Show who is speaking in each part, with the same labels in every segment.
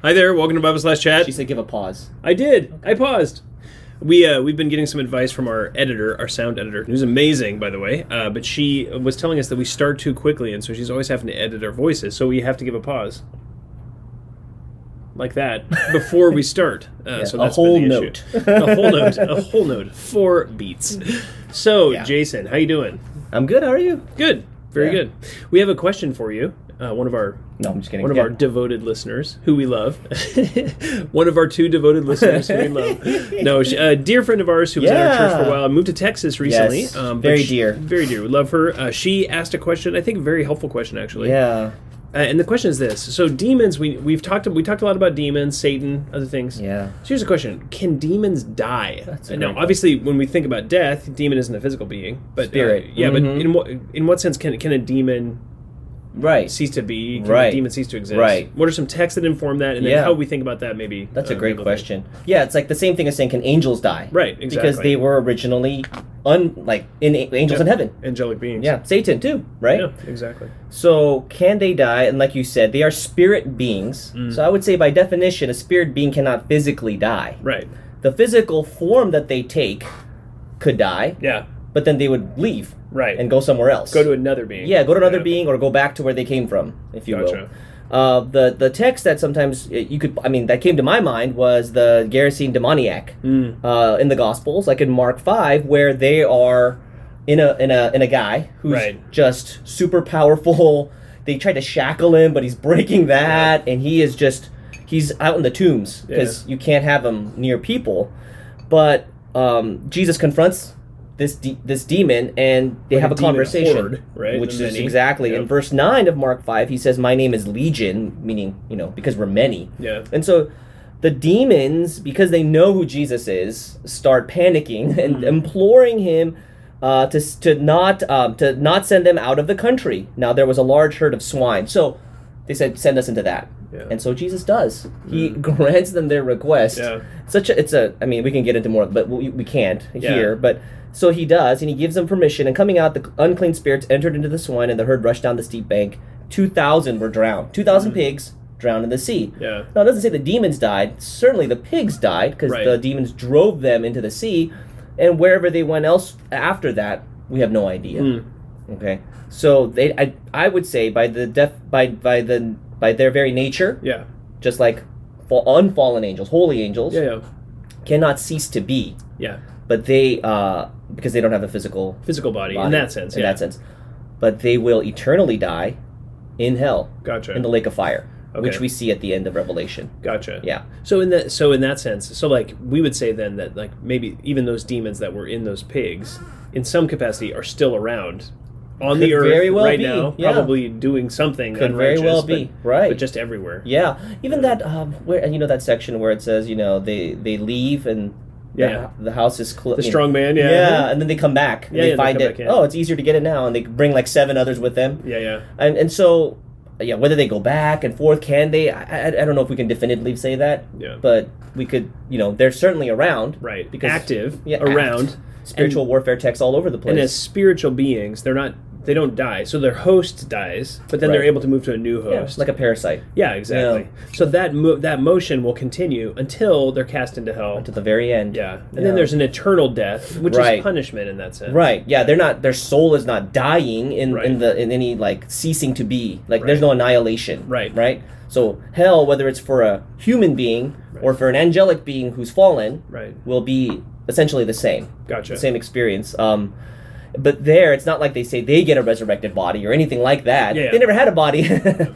Speaker 1: Hi there, welcome to Bible Slash Chat.
Speaker 2: She said give a pause.
Speaker 1: I did. I paused. We uh, we've been getting some advice from our editor, our sound editor, who's amazing, by the way. Uh, but she was telling us that we start too quickly, and so she's always having to edit our voices. So we have to give a pause, like that, before we start. Uh, so
Speaker 2: a
Speaker 1: that's been
Speaker 2: whole
Speaker 1: the issue.
Speaker 2: note.
Speaker 1: a whole note, a whole note, four beats. So
Speaker 2: Yeah.
Speaker 1: Jason, how you doing?
Speaker 2: I'm good. How are you?
Speaker 1: Good, very
Speaker 2: Yeah.
Speaker 1: good. We have a question for you. Uh, one of our
Speaker 2: No, I'm just kidding.
Speaker 1: one of
Speaker 2: Yeah.
Speaker 1: our devoted listeners who we love one of our two devoted listeners who we love no she, a dear friend of ours who was at our church for a
Speaker 2: Yeah.
Speaker 1: while moved to texas recently um,
Speaker 2: Yes,
Speaker 1: but
Speaker 2: very
Speaker 1: she-
Speaker 2: dear.
Speaker 1: very dear we love her uh, she asked a question i think a very helpful question actually
Speaker 2: yeah,
Speaker 1: uh, and the question is this so demons we, we've talked we talked a lot about demons satan other things
Speaker 2: yeah.
Speaker 1: so here's a question: Can demons die?
Speaker 2: That's a
Speaker 1: now,
Speaker 2: great
Speaker 1: obviously, when we think about death, demon isn't a physical being, but uh,
Speaker 2: Spirit.
Speaker 1: yeah, but
Speaker 2: Mhm.
Speaker 1: in what in what sense can can a demon
Speaker 2: Right.
Speaker 1: cease to be? Can
Speaker 2: Right.
Speaker 1: the demon cease to exist?
Speaker 2: Right.
Speaker 1: What are some texts that inform that, and then
Speaker 2: Yeah.
Speaker 1: how we think about that? Maybe
Speaker 2: That's
Speaker 1: uh,
Speaker 2: a great
Speaker 1: biblically?
Speaker 2: question. Yeah, it's like the same thing as saying can angels die?
Speaker 1: Right,
Speaker 2: Because
Speaker 1: exactly.
Speaker 2: they were originally un like in angels
Speaker 1: Yeah.
Speaker 2: in heaven.
Speaker 1: Angelic beings.
Speaker 2: Yeah, Satan too, right?
Speaker 1: Yeah, exactly.
Speaker 2: So can they die? And like you said, they are spirit beings. So I would say by definition, a spirit being cannot physically die.
Speaker 1: Right.
Speaker 2: The physical form that they take could die,
Speaker 1: Yeah.
Speaker 2: but then they would leave
Speaker 1: Right.
Speaker 2: and go somewhere else.
Speaker 1: go to another being.
Speaker 2: Yeah, go to another
Speaker 1: Yeah.
Speaker 2: being or go back to where they came from, if you
Speaker 1: Gotcha.
Speaker 2: will. Uh, the the text that sometimes uh, you could, I mean, that came to my mind was the Gerasene demoniac
Speaker 1: Mm.
Speaker 2: uh, in the Gospels, like in Mark five, where they are in a in a in a guy who's
Speaker 1: Right.
Speaker 2: just super powerful. They tried to shackle him, but he's breaking that, and he is just he's out in the tombs because you can't have him near people. But um, Jesus confronts this de- this demon, and they
Speaker 1: Like
Speaker 2: have
Speaker 1: a
Speaker 2: a,
Speaker 1: demon
Speaker 2: conversation,
Speaker 1: horde, right?
Speaker 2: Which
Speaker 1: The
Speaker 2: is
Speaker 1: many.
Speaker 2: exactly
Speaker 1: Yeah.
Speaker 2: in verse nine of Mark five. He says, "My name is Legion," meaning you know because we're many.
Speaker 1: Yeah.
Speaker 2: And so the demons, because they know who Jesus is, start panicking and
Speaker 1: Hmm.
Speaker 2: imploring him uh, to, s- to, not, um, to not send them out of the country. Now, there was a large herd of swine. So they said, send us into that.
Speaker 1: Yeah. Hmm.
Speaker 2: And so Jesus does. He grants them their request.
Speaker 1: Yeah.
Speaker 2: Such a, it's a, I mean, we can get into more, but we, we can't
Speaker 1: Yeah.
Speaker 2: here. But so he does, and he gives them permission. And coming out, the unclean spirits entered into the swine, and the herd rushed down the steep bank. 2,000 were drowned. 2,000
Speaker 1: Hmm.
Speaker 2: pigs drowned in the sea.
Speaker 1: Yeah.
Speaker 2: Now, it doesn't say the demons died. Certainly the pigs died because
Speaker 1: Right.
Speaker 2: the demons drove them into the sea. And wherever they went else after that, we have no idea.
Speaker 1: Mm.
Speaker 2: Okay. So they, I, I would say by the def, by, by the, by their very nature,
Speaker 1: Yeah.
Speaker 2: just like fall, unfallen angels, holy angels,
Speaker 1: Yeah. Yeah.
Speaker 2: cannot cease to be,
Speaker 1: Yeah.
Speaker 2: but they, uh, because they don't have a physical
Speaker 1: Physical body, in
Speaker 2: body,
Speaker 1: that sense.
Speaker 2: in
Speaker 1: yeah.
Speaker 2: that sense, but they will eternally die in hell,
Speaker 1: Gotcha.
Speaker 2: in the lake of fire, which
Speaker 1: Okay.
Speaker 2: we see at the end of Revelation.
Speaker 1: gotcha.
Speaker 2: Yeah.
Speaker 1: So in that, so in that sense, so like we would say then that like maybe even those demons that were in those pigs, in some capacity, are still around on the
Speaker 2: Could
Speaker 1: earth
Speaker 2: very well
Speaker 1: right
Speaker 2: be,
Speaker 1: now,
Speaker 2: yeah.
Speaker 1: probably doing something.
Speaker 2: Could very
Speaker 1: unrighteous,
Speaker 2: well be,
Speaker 1: but-
Speaker 2: right.
Speaker 1: But just everywhere.
Speaker 2: Yeah, even that um, where you know that section where it says you know they they leave and the-
Speaker 1: Yeah.
Speaker 2: the, house is closed.
Speaker 1: The strong man.
Speaker 2: yeah,
Speaker 1: Yeah.
Speaker 2: and then they come back. and
Speaker 1: Yeah,
Speaker 2: they
Speaker 1: yeah, they
Speaker 2: find
Speaker 1: come
Speaker 2: it.
Speaker 1: back, yeah.
Speaker 2: Oh, it's easier to get it now, and they bring like seven others with them.
Speaker 1: Yeah. Yeah.
Speaker 2: And and so yeah, whether they go back and forth, can they? I, I, I don't know if we can definitively say that.
Speaker 1: Yeah.
Speaker 2: But we could, you know, they're certainly around.
Speaker 1: Right.
Speaker 2: Because-
Speaker 1: active
Speaker 2: yeah,
Speaker 1: around.
Speaker 2: act. Spiritual warfare texts all over the place.
Speaker 1: And as spiritual beings, they're not they don't die. So their host dies, but then they're
Speaker 2: Right.
Speaker 1: able to move to a new
Speaker 2: yeah,
Speaker 1: host.
Speaker 2: like a parasite
Speaker 1: Yeah, exactly. So that mo- that motion will continue until they're cast into hell.
Speaker 2: to the very end.
Speaker 1: yeah, and
Speaker 2: Yeah.
Speaker 1: then there's an eternal death, which
Speaker 2: Right.
Speaker 1: is punishment in that sense.
Speaker 2: Right. Yeah, they're not. Their soul is not dying in
Speaker 1: Right.
Speaker 2: in the in any like ceasing to be. Like there's
Speaker 1: Right.
Speaker 2: no annihilation.
Speaker 1: Right.
Speaker 2: Right. So hell, whether it's for a human being or for an angelic being who's fallen,
Speaker 1: Right.
Speaker 2: will be essentially the same,
Speaker 1: Gotcha.
Speaker 2: the same experience. Um, but there, it's not like they say they get a resurrected body or anything like that.
Speaker 1: Yeah, yeah.
Speaker 2: They never had a body.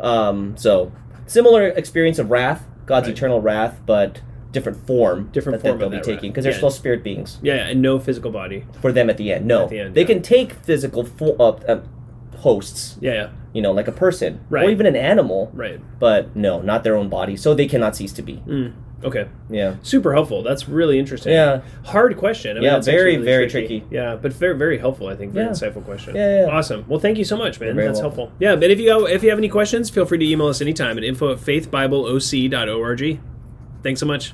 Speaker 2: um, so similar experience of wrath, God's
Speaker 1: Right.
Speaker 2: eternal wrath, but different form
Speaker 1: Different
Speaker 2: that,
Speaker 1: form
Speaker 2: they'll
Speaker 1: of
Speaker 2: be
Speaker 1: that
Speaker 2: taking
Speaker 1: wrath.
Speaker 2: because they're
Speaker 1: Yeah.
Speaker 2: still spirit beings
Speaker 1: Yeah, yeah, and no physical body.
Speaker 2: for them at the end. No,
Speaker 1: the end,
Speaker 2: they
Speaker 1: yeah.
Speaker 2: can take physical fo- uh, uh, hosts,
Speaker 1: Yeah, yeah,
Speaker 2: you know, like a person
Speaker 1: Right.
Speaker 2: or even an animal,
Speaker 1: right.
Speaker 2: but no, not their own body, so they cannot cease to be.
Speaker 1: Mm, okay,
Speaker 2: Yeah,
Speaker 1: super helpful. That's really interesting.
Speaker 2: Yeah.
Speaker 1: hard question. I mean,
Speaker 2: Yeah,
Speaker 1: that's actually
Speaker 2: very,
Speaker 1: really
Speaker 2: very tricky.
Speaker 1: Yeah, but very, very helpful. I think very
Speaker 2: Yeah.
Speaker 1: insightful question.
Speaker 2: Yeah, yeah.
Speaker 1: awesome. Well, thank you so much, man.
Speaker 2: very
Speaker 1: That's
Speaker 2: welcome.
Speaker 1: helpful. Yeah, but if you go, if you have any questions, feel free to email us anytime at info at faithbibleoc.org. Thanks so much.